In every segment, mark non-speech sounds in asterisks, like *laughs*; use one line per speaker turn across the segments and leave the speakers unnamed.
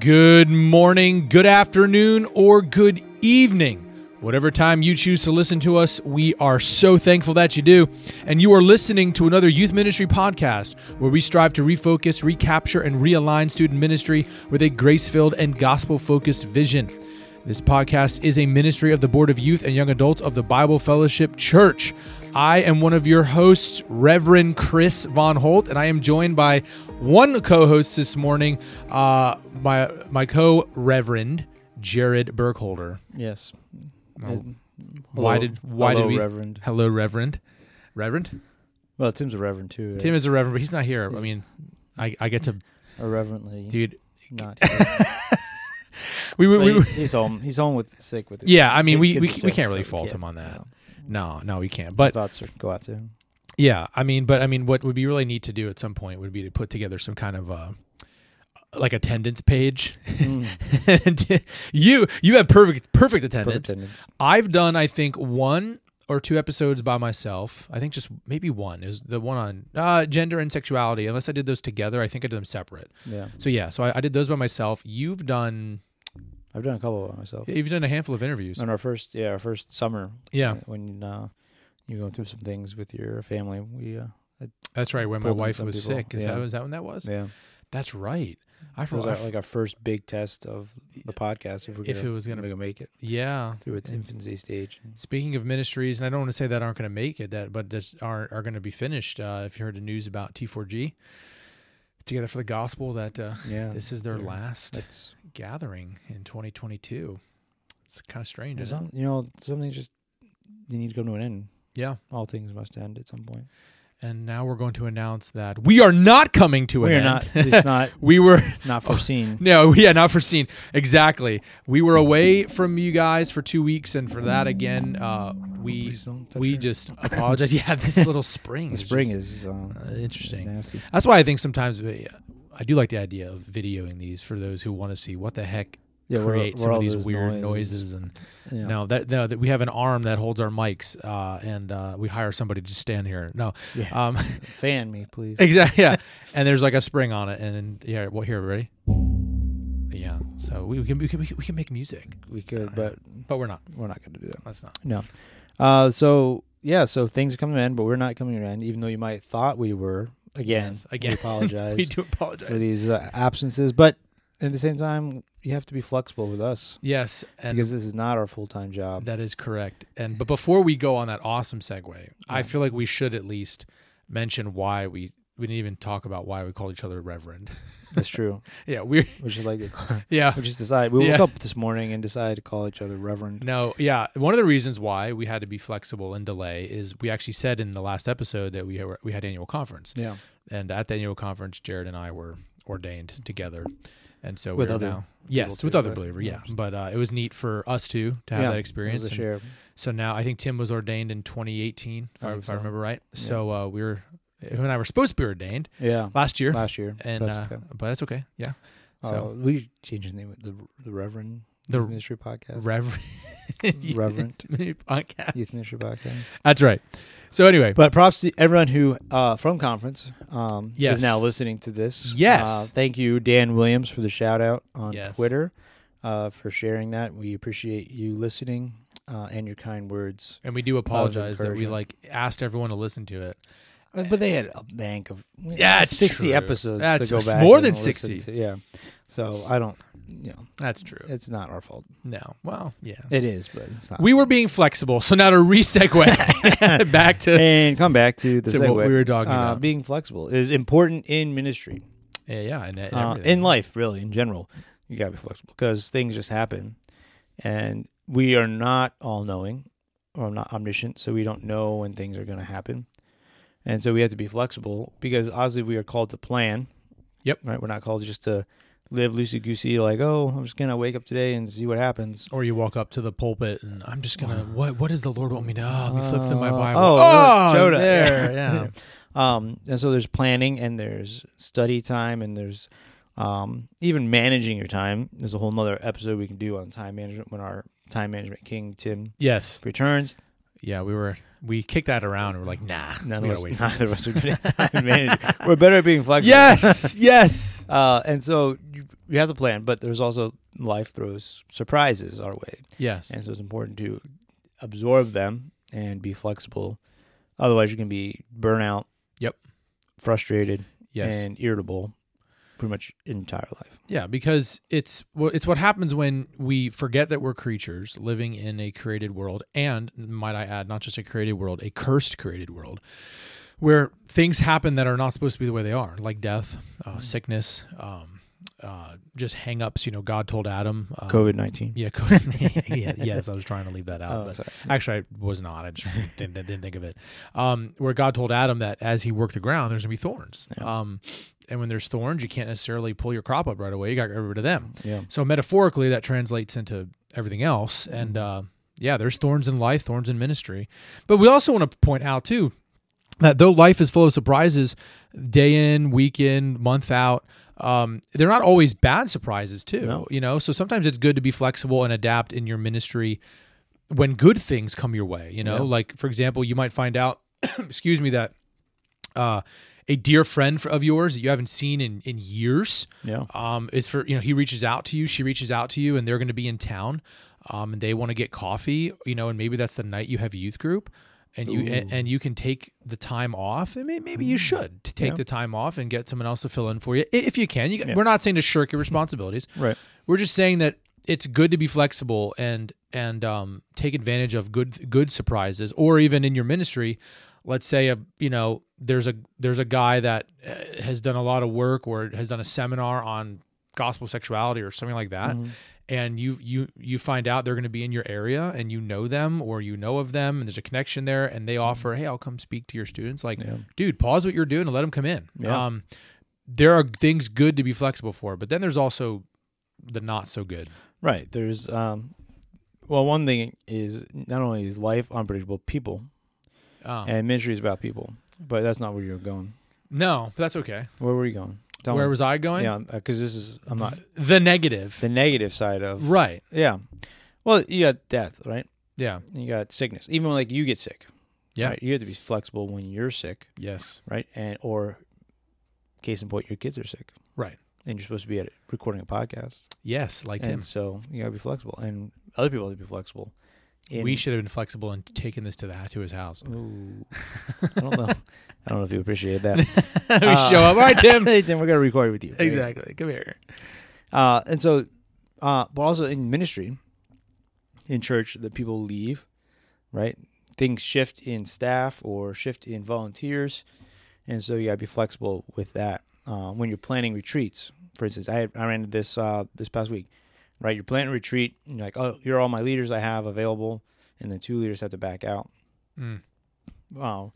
Good morning, good afternoon, or good evening. Whatever time you choose to listen to us, we are so thankful that you do. And you are listening to another youth ministry podcast where we strive to refocus, recapture, and realign student ministry with a grace filled and gospel focused vision. This podcast is a ministry of the Board of Youth and Young Adults of the Bible Fellowship Church. I am one of your hosts, Reverend Chris Von Holt, and I am joined by one co-host this morning, uh, my my co-reverend Jared Burkholder.
Yes.
Oh,
Is-
why
hello-
did why
hello,
did we
Reverend?
Hello, Reverend. Reverend
Well, Tim's a reverend too.
Tim is a reverend, but he's not here. I
He's-
mean, I I get to
irreverently
dude.
uh,
*laughs*
not. Here.
We we,
But
we,
he- he's home. He's home with sick with.
yeah. I mean,
it
we
gets
we,
us
we
sick,
can't
so
really
we
fault
can't.
him on that.
No.
No, no, we can't. But
But thoughts are- go out to him.
Yeah, I mean, but I mean, what would be really neat to do at some point would be to put together some kind of uh, like attendance page.
Mm.
*laughs* and you you have perfect perfect attendance.
Perfect attendance.
I've done I think one or two episodes by myself. I think just maybe one is the one on uh, gender and sexuality. Unless I did those together, I think I did them separate.
Yeah,
So yeah, so I, I did those by myself. You've done
I've done a couple by myself.
you've done a handful of interviews.
On our first, yeah, our first summer.
Yeah,
When uh, you go through some things with your family, we uh,
that's right. When my
Pulled in
wife
some
was
people.
sick, is
Yeah.
that is that when that was?
yeah,
That's right. I
it was
forgot.
our, like our first big test of the podcast if, we're
If
gonna,
it was gonna-
make it
yeah,
through its
And-
infancy stage.
Speaking of ministries, and I don't want to say that aren't going to make it, that but that are are going to be finished. Uh, if you heard the news about T4G, Together for the Gospel, that uh,
Yeah,
this is their
they're-
last
that's
gathering in 2022. It's kind of strange. Isn't it?
some, you know something just you need to come to an end.
Yeah,
All things must end at some point.
and now we're going to announce that we are not coming to an
We're
end.
not.
*laughs*
It's not
we were
not foreseen.
no, *laughs* yeah, not foreseen. Exactly. We were away from you guys for two weeks, and for that again, uh, we
Oh, Please don't touch
we
her.
just apologize. *laughs* Yeah,
*laughs*
this little spring.
The
is
spring
just-
is uh,
uh, interesting.
Nasty.
That's why I think sometimes we, I do like the idea of videoing these for those who want to see what the heck
Yeah, we're-
create
we're
some
all
of these
those
weird noises.
noises.
And
Yeah.
no, that no, that we have an arm that holds our mics, uh, and uh, we hire somebody to stand here. No,
Yeah.
um,
*laughs* Fan me, please.
*laughs* exactly. Yeah, and there's like a spring on it, and, and yeah, well, here, ready? Yeah, so we, we can we can we can make music,
We
uh,
could, but
but we're not.
we're not going to do that.
That's not.
No. Uh, so yeah, so things are coming to an end, but we're not coming to an end, even though you might thought we were. Again,
Yes, again. *laughs*
we apologize
We do apologize.
for these uh, absences, but at the same time, you have to be flexible with us
yes, and
because this is not our full time job.
That is correct. And but before we go on that awesome segue, I
Yeah.
feel like we should at least mention why we we didn't even talk about why we call each other Reverend. *laughs*
That's true.
yeah, we're
We should like *laughs* to-
yeah.
we just decide. We woke
Yeah.
up this morning and decided to call each other Reverend.
No, yeah. One of the reasons why we had to be flexible and delay is we actually said in the last episode that we were, we had annual conference,
Yeah,
and at the annual conference, Jared and I were ordained together, and so
With
we're
other
now yes
too,
with other
but-
believer, yeah. But uh, it was neat for us too to have
Yeah,
that
it
experience.
was a
and-
share.
So now I think Tim was ordained in 2018, if,
I
I,
think
if I
so.
remember right. So uh, we were, him and I were supposed to be ordained
Yeah,
last year,
last year.
and
That's
uh,
okay.
but that's okay. Yeah, so-
uh, we changed the name of the the Reverend
the
Youth Ministry
*laughs*
Podcast.
Reverend *laughs*
Reverend.
podcast.
Youth Ministry Podcast.
That's right. So anyway,
But props to everyone who uh, from conference um,
Yes.
is now listening to this.
Yes.
Uh, thank you, Dan Williams, for the shout out on
Yes.
Twitter uh, for sharing that. We appreciate you listening uh, and your kind words.
and we do apologize that we
encouragement.
like asked everyone to listen to it.
Uh, But they had a bank of
Yeah, it's
sixty
true.
episodes
That's
to go
it's
back.
more
and
than
listen
60.
to. Yeah. So I don't. You know,
That's true.
it's not our fault.
No, well, yeah,
It is, but it's not.
we were being flexible. So now to
*laughs*
re-segue *laughs* back to
and come back
*laughs*
to the
to
segue.
what we were talking
uh,
about.
being flexible is important in ministry,
yeah, yeah, and, and
uh,
everything.
in life, really, in general. You gotta be flexible because things just happen, and we are not all knowing or not omniscient, so we don't know when things are gonna happen, and so we have to be flexible because obviously we are called to plan.
Yep.
Right. We're not called just to live loosey goosey, like oh, I'm just gonna wake up today and see what happens.
Or you walk up to the pulpit and I'm just gonna what what does the Lord want me to? Oh, let me flip through my
Uh,
Bible.
oh, look, Jonah.
there,
*laughs* Yeah.
yeah.
Um, and so there's planning and there's study time and there's um, even managing your time. There's a whole nother episode we can do on time management when our time management king Tim
yes,
returns.
yeah, we were we kicked that around. and We're like, nah,
None
we gotta
of us, *laughs*
wait.
neither of us are good
*laughs*
at time management. We're better at being flexible. *laughs*
Yes, yes.
Uh, and so you, you have the plan, but there's also life throws surprises our way.
Yes.
And so it's important to absorb them and be flexible. Otherwise, you can be burnout,
Yep.
frustrated,
Yes.
and irritable pretty much entire life.
Yeah, because it's well, it's what happens when we forget that we're creatures living in a created world, and might I add, not just a created world, a cursed created world, where things happen that are not supposed to be the way they are, like death, uh,
Mm.
sickness, um, uh, just hangups. You know, God told Adam. Uh,
COVID 19.
Yeah, COVID. *laughs* yeah, yes, I was trying to leave that out.
Oh,
but
sorry.
Actually, I was not. I just didn't, didn't think of it. Um, where God told Adam that as he worked the ground, there's going to be thorns. Um, and when there's thorns, you can't necessarily pull your crop up right away. You got to get rid of them.
Yeah.
So metaphorically, that translates into everything else. And
Mm-hmm.
uh, yeah, there's thorns in life, thorns in ministry. But we also want to point out, too, that though life is full of surprises, day in, week in, month out, um, they're not always bad surprises too.
No.
You know, so sometimes it's good to be flexible and adapt in your ministry when good things come your way. You know,
Yeah.
like for example, you might find out, *clears throat* excuse me, that uh, a dear friend f- of yours that you haven't seen in in years
Yeah.
um, is for you know he reaches out to you, she reaches out to you, and they're going to be in town, um, and they want to get coffee, you know, and maybe that's the night you have youth group, and you and, and you can take the time off, and may- maybe you should t- take
Mm. Yeah.
the time off and get someone else to fill in for you i- if you can. You, can- We're not saying to shirk your responsibilities,
*laughs* Right.
we're just saying that it's good to be flexible and and um, take advantage of good good surprises or even in your ministry let's say a you know there's a there's a guy that uh, has done a lot of work or has done a seminar on gospel sexuality or something like that
Mm-hmm.
and you you you find out they're going to be in your area and you know them or you know of them and there's a connection there and they offer hey I'll come speak to your students like
Mm-hmm. Yeah.
dude pause what you're doing and let them come in
Yeah.
um there are things good to be flexible for but then there's also the not so good.
Right. There's, um, well, one thing is not only is life unpredictable, people
Um,
and ministry is about people, but that's not where you're going.
no, but that's okay.
Where were you going? Tell
Where
me.
was I going?
Yeah, because this is I'm not
*laughs* The negative.
the negative side of
right.
Yeah. Well, you got death, right?
Yeah.
You got sickness. Even when, like you get sick.
Yeah.
right? You have to be flexible when you're sick,
Yes.
right? And or case in point, your kids are sick.
Right.
And you're supposed to be at recording a podcast.
Yes. Like
and
him.
so you gotta be flexible. And other people have to be flexible. In-
we should have been flexible and taken this to the to his house.
Ooh. I don't know. I don't know if you appreciate that.
*laughs* *laughs* we
Uh,
show up. All *laughs* right, Tim.
*laughs* hey Tim, we're gonna record with you.
exactly. Come here.
Uh, and so, uh, but also in ministry, in church, that people leave, right? Things shift in staff or shift in volunteers, and so you gotta be flexible with that. Uh, when you're planning retreats, for instance, I I ran into this uh, this past week, right? You're planning a retreat, and you're like, oh, here are all my leaders I have available, and then two leaders have to back out.
Mm.
Wow.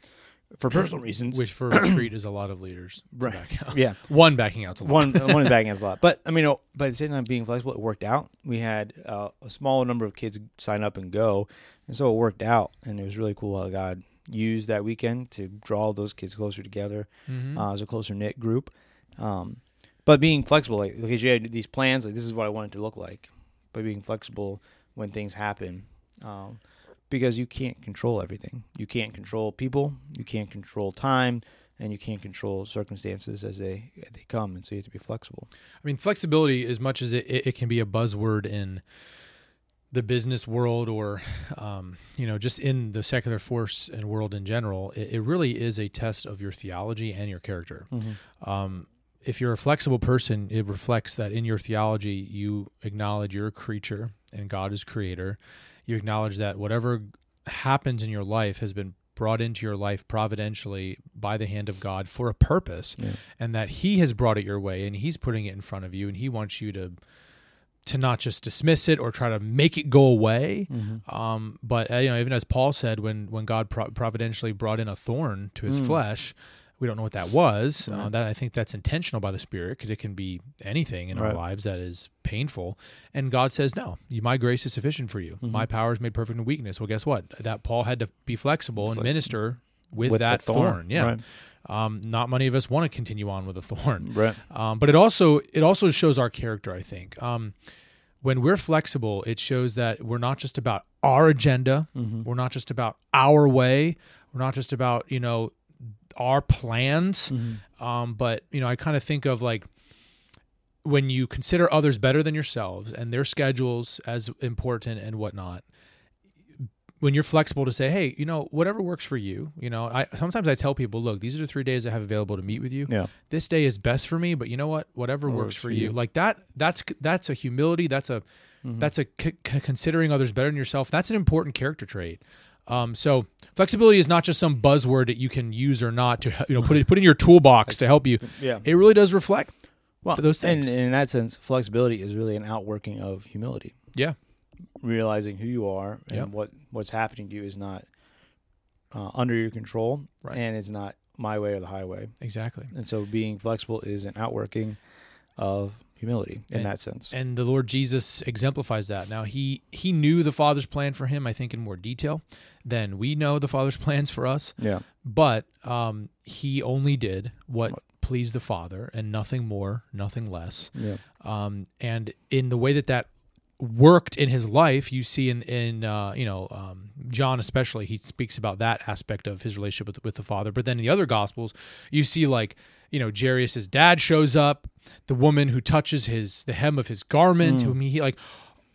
For personal reasons,
Which *clears throat* for retreat is a lot of leaders. to
Right.
back out.
yeah,
*laughs* One backing out's a lot.
one one is backing us a lot. But I mean, oh, by the same time, being flexible, it worked out. We had uh, a small number of kids sign up and go, and so it worked out. And it was really cool how God used that weekend to draw those kids closer together
Mhm.
uh, as a closer knit group. Um, but being flexible, like because you had these plans, like this is what I want it to look like. But being flexible when things happen, um, because you can't control everything. You can't control people. You can't control time. And you can't control circumstances as they as they come, and so you have to be flexible.
I mean, flexibility, as much as it, it, it can be a buzzword in the business world or, um, you know, just in the secular force and world in general, it, it really is a test of your theology and your character. Um, if you're a flexible person, it reflects that in your theology, you acknowledge you're a creature and God is creator. You acknowledge that whatever happens in your life has been brought into your life providentially by the hand of God for a purpose
Yeah.
and that he has brought it your way and he's putting it in front of you and he wants you to to not just dismiss it or try to make it go away
Mm-hmm.
um, but uh, you know even as paul said when when god pro- providentially brought in a thorn to
Mm.
his flesh we don't know what that was uh, that i think that's intentional by the spirit because it can be anything in our
Right.
lives that is painful and god says no you, my grace is sufficient for you my
Mm-hmm.
power is made perfect in weakness well guess what that paul had to be flexible and
Flex-
minister with,
With the
that
thorn,
thorn, yeah
right.
um, not many of us want to continue on with a thorn *laughs*
Right.
um, but it also it also shows our character i think um, when we're flexible, it shows that we're not just about our agenda, we're not just about our way, we're not just about you know our plans. Um, but you know, I kind of think of like when you consider others better than yourselves and their schedules as important and whatnot when you're flexible to say hey you know whatever works for you you know i sometimes i tell people look these are the three days i have available to meet with you
Yeah.
this day is best for me but you know what whatever works, for you. like that that's that's a humility that's a that's a c- c- considering others better than yourself that's an important character trait um, so flexibility is not just some buzzword that you can use or not to you know put it put in your toolbox to help you
Yeah.
it really does reflect
Well,
those things.
And, and in that sense, flexibility is really an outworking of humility.
yeah
Realizing who you are and
Yep.
what what's happening to you is not uh, under your control,
Right.
and it's not my way or the highway.
exactly
And so, being flexible is an outworking of humility in
And-
that sense.
and the lord jesus exemplifies that now he he knew the father's plan for him i think in more detail than we know the father's *laughs* plans for us
yeah.
but um he only did what pleased the father and nothing more nothing less
Yeah.
um and in the way that that worked in his life you see in in uh you know um john especially he speaks about that aspect of his relationship with, with the father but then in the other gospels you see like you know jairus's dad shows up the woman who touches his the hem of his garment whom he like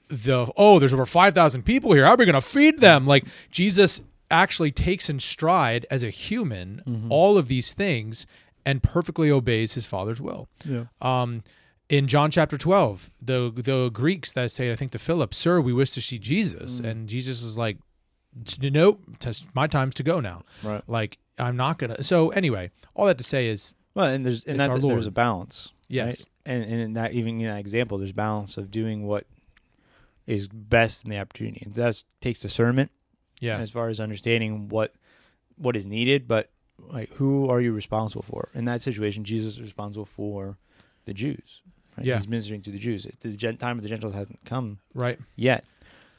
the oh there's over 5000 people here how are we going to feed them like jesus actually takes in stride as a human all of these things and perfectly obeys his father's will
Yeah.
um, in John chapter 12, the the Greeks that say, I think to Philip, Sir, we wish to see Jesus. And Jesus is like, Nope, tis- my time's to go now.
Right.
Like, I'm not going to. So, anyway, all that to say is,
Well, and there's and
It's
that's,
our Lord.
there's a balance.
Yes.
And and in that even in that example, there's balance of doing what is best in the opportunity. And that takes discernment
yeah,
as far as understanding what what is needed, but like who are you responsible for? In that situation, Jesus is responsible for the Jews. right?
Yeah.
He's ministering to the Jews. The gen- time of the Gentiles hasn't come
right.
yet.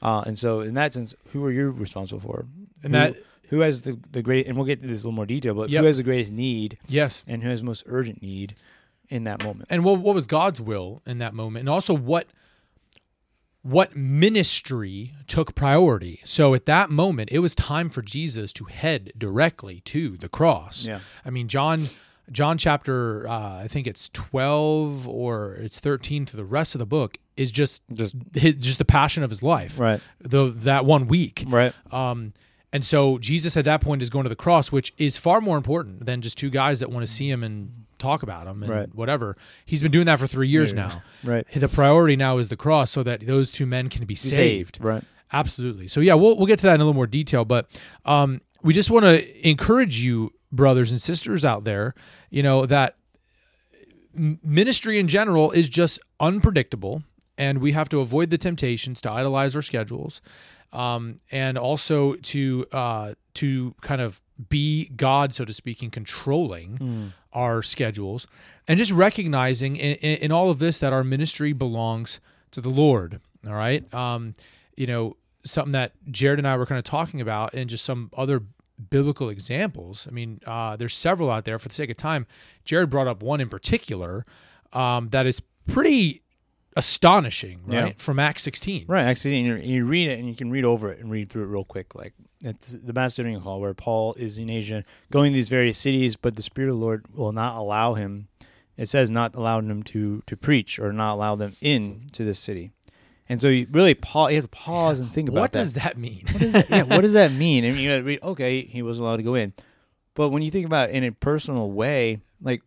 Uh, and so in that sense, who are you responsible for?
And
Who-
that,
who has the, the great and we'll get to this in a little more detail, but
Yep.
who has the greatest need
yes.
and who has the most urgent need in that moment.
And what, what was God's will in that moment? And also, what what ministry took priority? So at that moment, it was time for Jesus to head directly to the cross.
Yeah.
I mean, John, John chapter, uh, I think it's twelve or it's thirteen to the rest of the book is just
Just-
his, just the passion of his life.
Right.
The that one week.
Right.
Um, and so Jesus at that point is going to the cross, which is far more important than just two guys that want to see him and talk about him and
Right.
whatever. He's been doing that for three years now.
Right.
The priority now is the cross, so that those two men can be saved.
Right.
Absolutely. So yeah, we'll we'll get to that in a little more detail, but um, we just want to encourage you, brothers and sisters out there, you know that m- ministry in general is just unpredictable, and we have to avoid the temptations to idolize our schedules, um, and also to uh, to kind of be God, so to speak, in controlling our schedules, and just recognizing in, in, in all of this that our ministry belongs to the Lord. All right. Um, you know, something that Jared and I were kind of talking about, and just some other biblical examples. I mean, uh, there's several out there. For the sake of time, Jared brought up one in particular um, that is pretty astonishing,
Yeah.
right? From Acts 16.
Right. Actually, and you, you read it and you can read over it and read through it real quick. Like it's the Macedonian call where Paul is in Asia going to these various cities, but the Spirit of the Lord will not allow him. It says not allowing him to, to preach or not allow them in to this city. And so you really pause, you have to pause and think about
What
that.
does that mean?
what is
*laughs*
that? Yeah, what does that mean? I mean, you gotta read, okay, he wasn't allowed to go in. But when you think about it in a personal way, like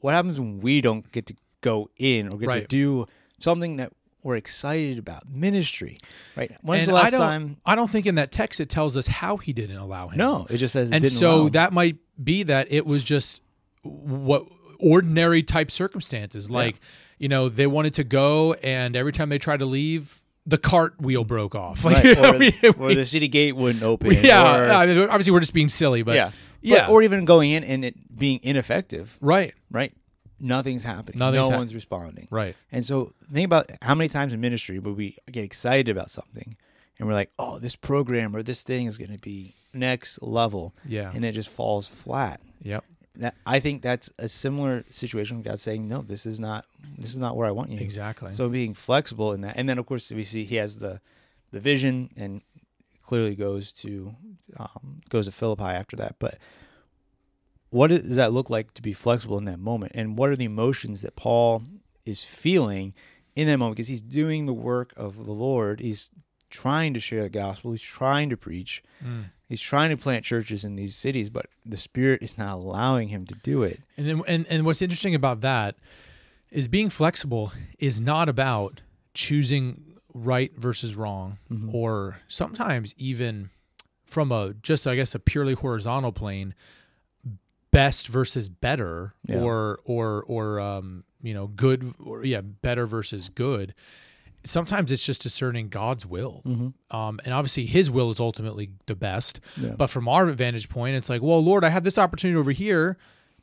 what happens when we don't get to go in or get to
Right.
do something that we're excited about? Ministry, right? When's
And
the last
I don't,
time?
I don't think in that text it tells us how he didn't allow him.
No, it just says it
and
didn't
so
allow.
that might be that it was just what ordinary type circumstances like you know they wanted to go and every time they tried to leave the cart wheel broke off *laughs* like you
Right,
know,
or,
we-
or the city gate wouldn't open.
we- yeah
or-
I mean, obviously we're just being silly but
yeah,
yeah
But- or even going in and it being ineffective,
right
right? Nothing's happening.
Nothing's
no
hap-
one's responding.
right
And so think about how many times in ministry would we get excited about something and we're like, oh, this program or this thing is going to be next level.
Yeah.
And it just falls flat.
yep
that I think that's a similar situation. God saying, "No, this is not. This is not where I want you."
Exactly.
So being flexible in that, and then of course we see he has the, the vision, and clearly goes to, um, goes to Philippi after that. But what does that look like to be flexible in that moment, and what are the emotions that Paul is feeling in that moment? Because he's doing the work of the Lord. He's trying to share the gospel. He's trying to preach.
Mm.
He's trying to plant churches in these cities, but the Spirit is not allowing him to do it.
And then, and and what's interesting about that is being flexible is not about choosing right versus wrong,
Mm-hmm.
or sometimes even from a just I guess a purely horizontal plane, best versus better,
Yeah.
or or or um, you know good or yeah better versus good. Sometimes it's just discerning God's will, um, and obviously His will is ultimately the best.
Mm-hmm. Yeah.
But from our vantage point, it's like, well, Lord, I have this opportunity over here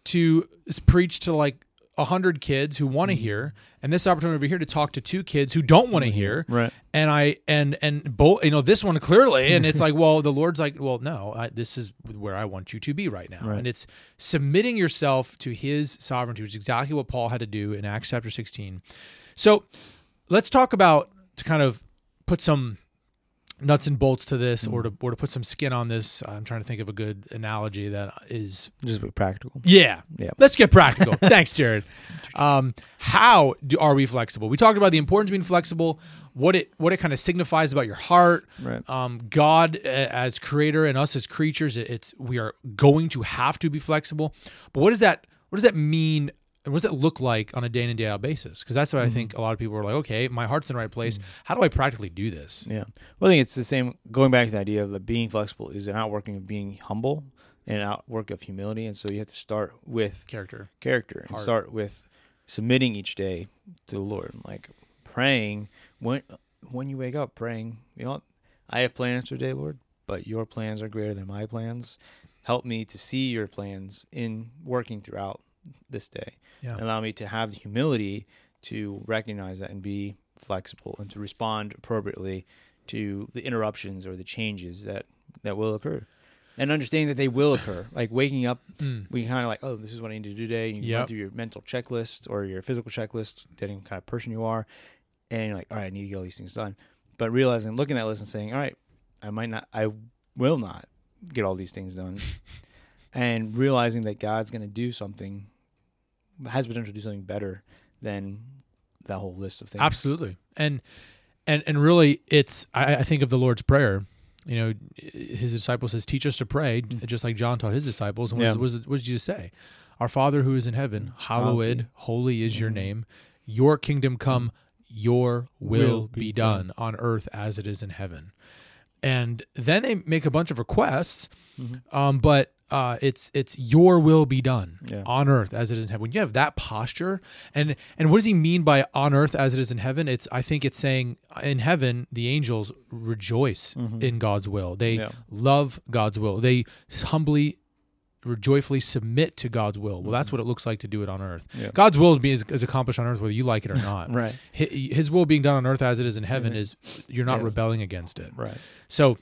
to s- preach to like a hundred kids who want to
Mm-hmm.
hear, and this opportunity over here to talk to two kids who don't want to hear.
Right.
And I and and both, you know, this one clearly, and it's like, well, the Lord's like, well, no, I, this is where I want you to be right now,
Right.
and it's submitting yourself to His sovereignty, which is exactly what Paul had to do in Acts chapter sixteen. So let's talk about to kind of put some nuts and bolts to this or to or to put some skin on this i'm trying to think of a good analogy that is
Just be practical.
yeah
Yeah.
let's get practical *laughs* thanks jared um how do, are we flexible we talked about the importance of being flexible what it what it kind of signifies about your heart
Right.
um god a- as creator and us as creatures it- it's we are going to have to be flexible but what does that what does that mean and what does that look like on a day in and day out basis because that's what
Mm-hmm.
i think a lot of people are like okay my heart's in the right place how do i practically do this
Yeah. Well, I think it's the same. Going back to the idea of the being flexible is an outworking of being humble and an outwork of humility. And so you have to start with
character
character and
Heart.
start with submitting each day to the Lord. Like praying when when you wake up, praying. You know, I have plans for today, Lord, but your plans are greater than my plans. Help me to see your plans in working throughout this day.
Yeah.
Allow me to have the humility to recognize that and be flexible and to respond appropriately to the interruptions or the changes that that will occur. And understanding that they will
*sighs*
occur. Like waking up
Mm.
we kind of like, oh, this is what I need to do today. You
Yep.
go through your mental checklist or your physical checklist, depending on the kind of person you are, and you're like, all right, I need to get all these things done. But realizing, looking at that list and saying, all right, I might not, I will not get all these things
*laughs*
done, and realizing that God's going to do something, has potential to do something better than that whole list of things.
Absolutely. And and and really it's I, I think of the Lord's Prayer. You know, his disciples says, Teach us to pray, just like John taught his disciples. And what,
Mm. Yeah.
does- what does- what did Jesus say? Our Father who is in heaven, hallowed, holy is your
Mm-hmm.
name, your kingdom come, your will,
Will
be,
be
done on earth as it is in heaven. And then they make a bunch of requests, um, but uh, it's it's your will be done
Yeah.
on earth as it is in heaven. When you have that posture, and and what does he mean by on earth as it is in heaven? It's I think it's saying uh, in heaven the angels rejoice in God's will. They
Mm-hmm. Yeah.
love God's will. They humbly joyfully submit to God's will. Well, that's what it looks like to do it on earth.
Mm-hmm. Yeah.
God's will is, being, is accomplished on earth whether you like it or not.
*laughs* Right. Mm-hmm.
Hi- His, will being done on earth as it is in heaven is you're not
Yes.
rebelling against it.
Right.
So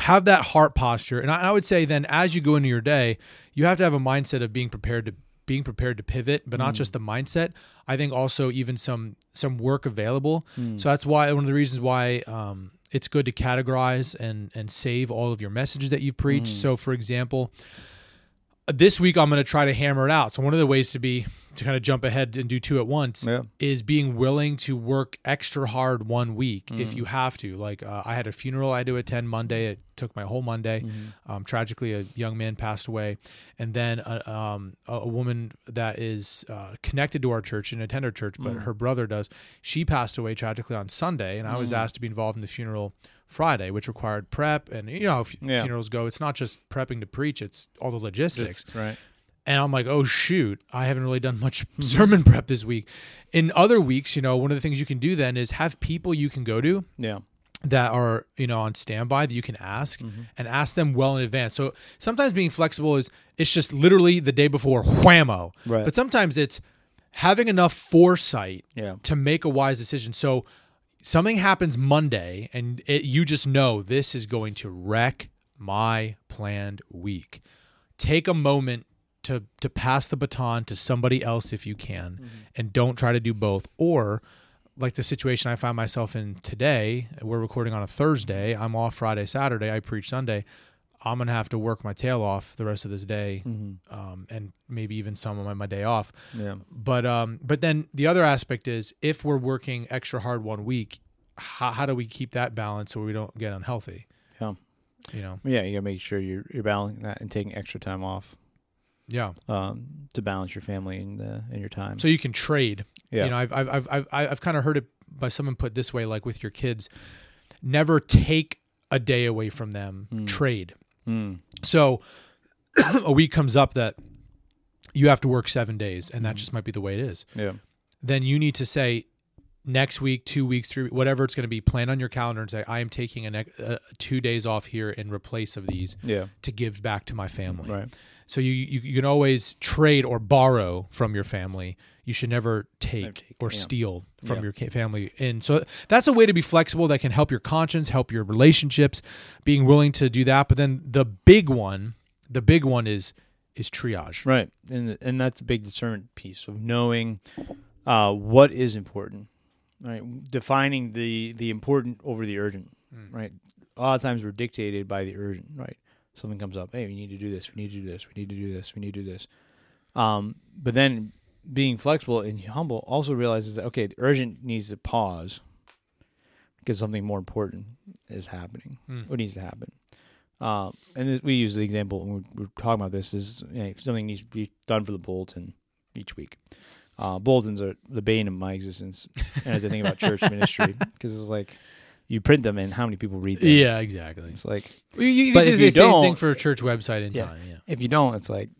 have that heart posture. And I, I would say then as you go into your day, you have to have a mindset of being prepared to being prepared to pivot, but not just the mindset. I think also even some some work available. So that's why one of the reasons why um, it's good to categorize and and save all of your messages that you've preached. So for example, this week I'm going to try to hammer it out. So one of the ways to be to kind of jump ahead and do two at once
Yeah.
is being willing to work extra hard one week if
Mm-hmm.
you have to. Like uh, I had a funeral I had to attend Monday. It took my whole Monday.
Mm-hmm.
Um, tragically, a young man passed away, and then a, um, a a woman that is uh, connected to our church and attend our church,
Mm.
but her brother does. She passed away tragically on Sunday, and I
Mm.
was asked to be involved in the funeral Friday, which required prep. And you know how f-
Yeah.
funerals go; it's not just prepping to preach; it's all the logistics.
right.
And I'm like, oh shoot, I haven't really done much *laughs* sermon prep this week. In other weeks, you know, one of the things you can do then is have people you can go to
Yeah.
that are, you know, on standby that you can ask and ask them well in advance. So sometimes being flexible is it's just literally the day before whammo.
Right.
But sometimes it's having enough foresight
Yeah.
to make a wise decision. So something happens Monday, and it, you just know this is going to wreck my planned week. Take a moment to to pass the baton to somebody else if you can and don't try to do both or like the situation I find myself in today, we're recording on a Thursday, I'm off Friday, Saturday, I preach Sunday. I'm going to have to work my tail off the rest of this day um, and maybe even some on my, my day off.
Mm-hmm. Yeah.
But um, but then the other aspect is if we're working extra hard one week, how, how do we keep that balance so we don't get unhealthy?
Yeah.
You know,
Yeah, you gotta make sure you're you're balancing that and taking extra time off
yeah.
um, to balance your family and uh, and your time.
So you can trade.
yeah,
You know, I've I've I've I've, I've kind of heard it by someone put this way, like with your kids, never take a day away from them.
Hmm.
Trade.
Mm.
So *coughs* a week comes up that you have to work seven days, and
Hmm.
that just might be the way it is.
yeah,
then you need to say next week, two weeks, three, whatever it's going to be, plan on your calendar and say, I am taking an, ex- uh, two days off here in replace of these
yeah,
to give back to my family.
right.
So you, you, you can always trade or borrow from your family. You should never take,
take,
or
yeah.
steal from
Yeah.
your ca- family. And so that's a way to be flexible that can help your conscience, help your relationships, being willing to do that. But then the big one, the big one is, is triage.
Right. And and that's a big discernment piece of knowing uh, what is important. Right. Defining the the important over the urgent. Right. A lot of times we're dictated by the urgent, right? Something comes up, hey, we need to do this, we need to do this, we need to do this, we need to do this. Um, but then being flexible and humble also realizes that okay, the urgent needs to pause because something more important is happening.
Mm.
What needs to happen? Uh, and this, we use the example when we we're talking about this is you know, if something needs to be done for the bulletin each week. Uh, bulletins are the bane of my existence, and as I think about church ministry, because it's like you print them and how many people read them.
Yeah, exactly.
it's like
You, you,
But
but
if
the
you
same thing
don't-
for a church website in
Yeah.
time. Yeah.
if you don't, it's like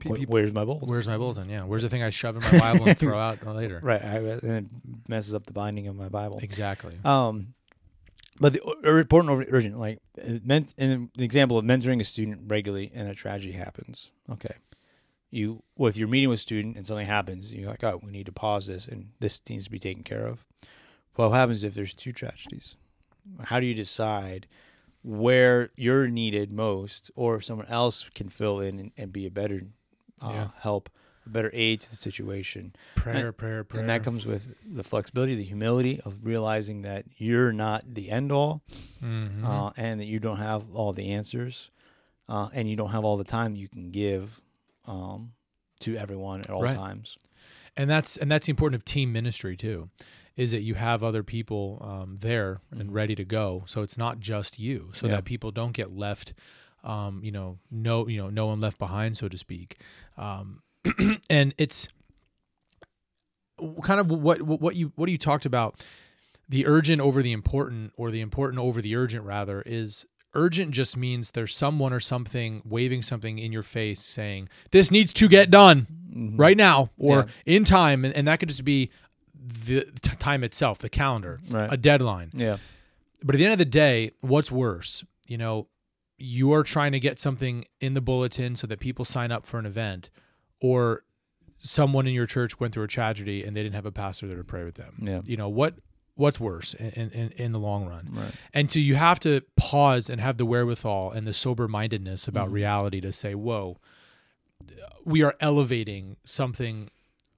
Pe-
wh-
people-
where's my bulletin?
Where's my bulletin? Yeah. Where's the thing I shove in my Bible and throw out *laughs* later?
Right, I, and it messes up the binding of my Bible.
Exactly.
Um, but the ur- important over urgent, like it meant in the example of mentoring a student regularly, and a tragedy happens. Okay, you well, if you're meeting with a student and something happens, you're like, oh, we need to pause this, and this needs to be taken care of. Well, what happens if there's two tragedies? How do you decide where you're needed most, or if someone else can fill in and, and be a better uh,
Yeah.
help, a better aid to the situation?
Prayer, prayer, prayer.
And that comes with the flexibility, the humility of realizing that you're not the end all
Mhm.
uh, and that you don't have all the answers uh, and you don't have all the time that you can give um, to everyone at all
Right.
times.
and that's and that's the importance of team ministry too, is that you have other people um, there and ready to go, so it's not just you, so
Mm-hmm. Yeah.
that people don't get left, um, you know, no, you know, no one left behind, so to speak, um, *clears throat* and it's kind of what what you what you talked about the urgent over the important or the important over the urgent rather is urgent just means there's someone or something waving something in your face saying this needs to get done right now or in time and, and that could just be the t- time itself the calendar
Right.
a deadline
Yeah.
but at the end of the day, what's worse? You know, you're trying to get something in the bulletin so that people sign up for an event, or someone in your church went through a tragedy and they didn't have a pastor there to pray with them.
Yeah.
You know, what what's worse in, in, in the long run?
Right.
And so you have to pause and have the wherewithal and the sober mindedness about
Mm-hmm.
reality to say, whoa, we are elevating something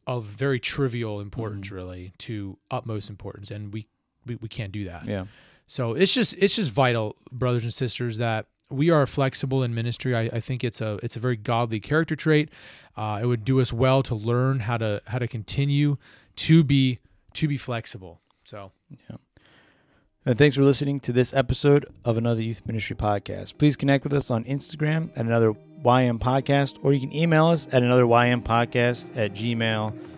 of very trivial importance
Mm-hmm.
really to utmost importance and we, we, we can't do that.
Yeah.
So it's just it's just vital, brothers and sisters, that we are flexible in ministry. I, I think it's a it's a very godly character trait. Uh, it would do us well to learn how to how to continue to be to be flexible. So
And thanks for listening to this episode of another Youth Ministry Podcast. Please connect with us on Instagram at another YM Podcast, or you can email us at another YM Podcast at gmail.com.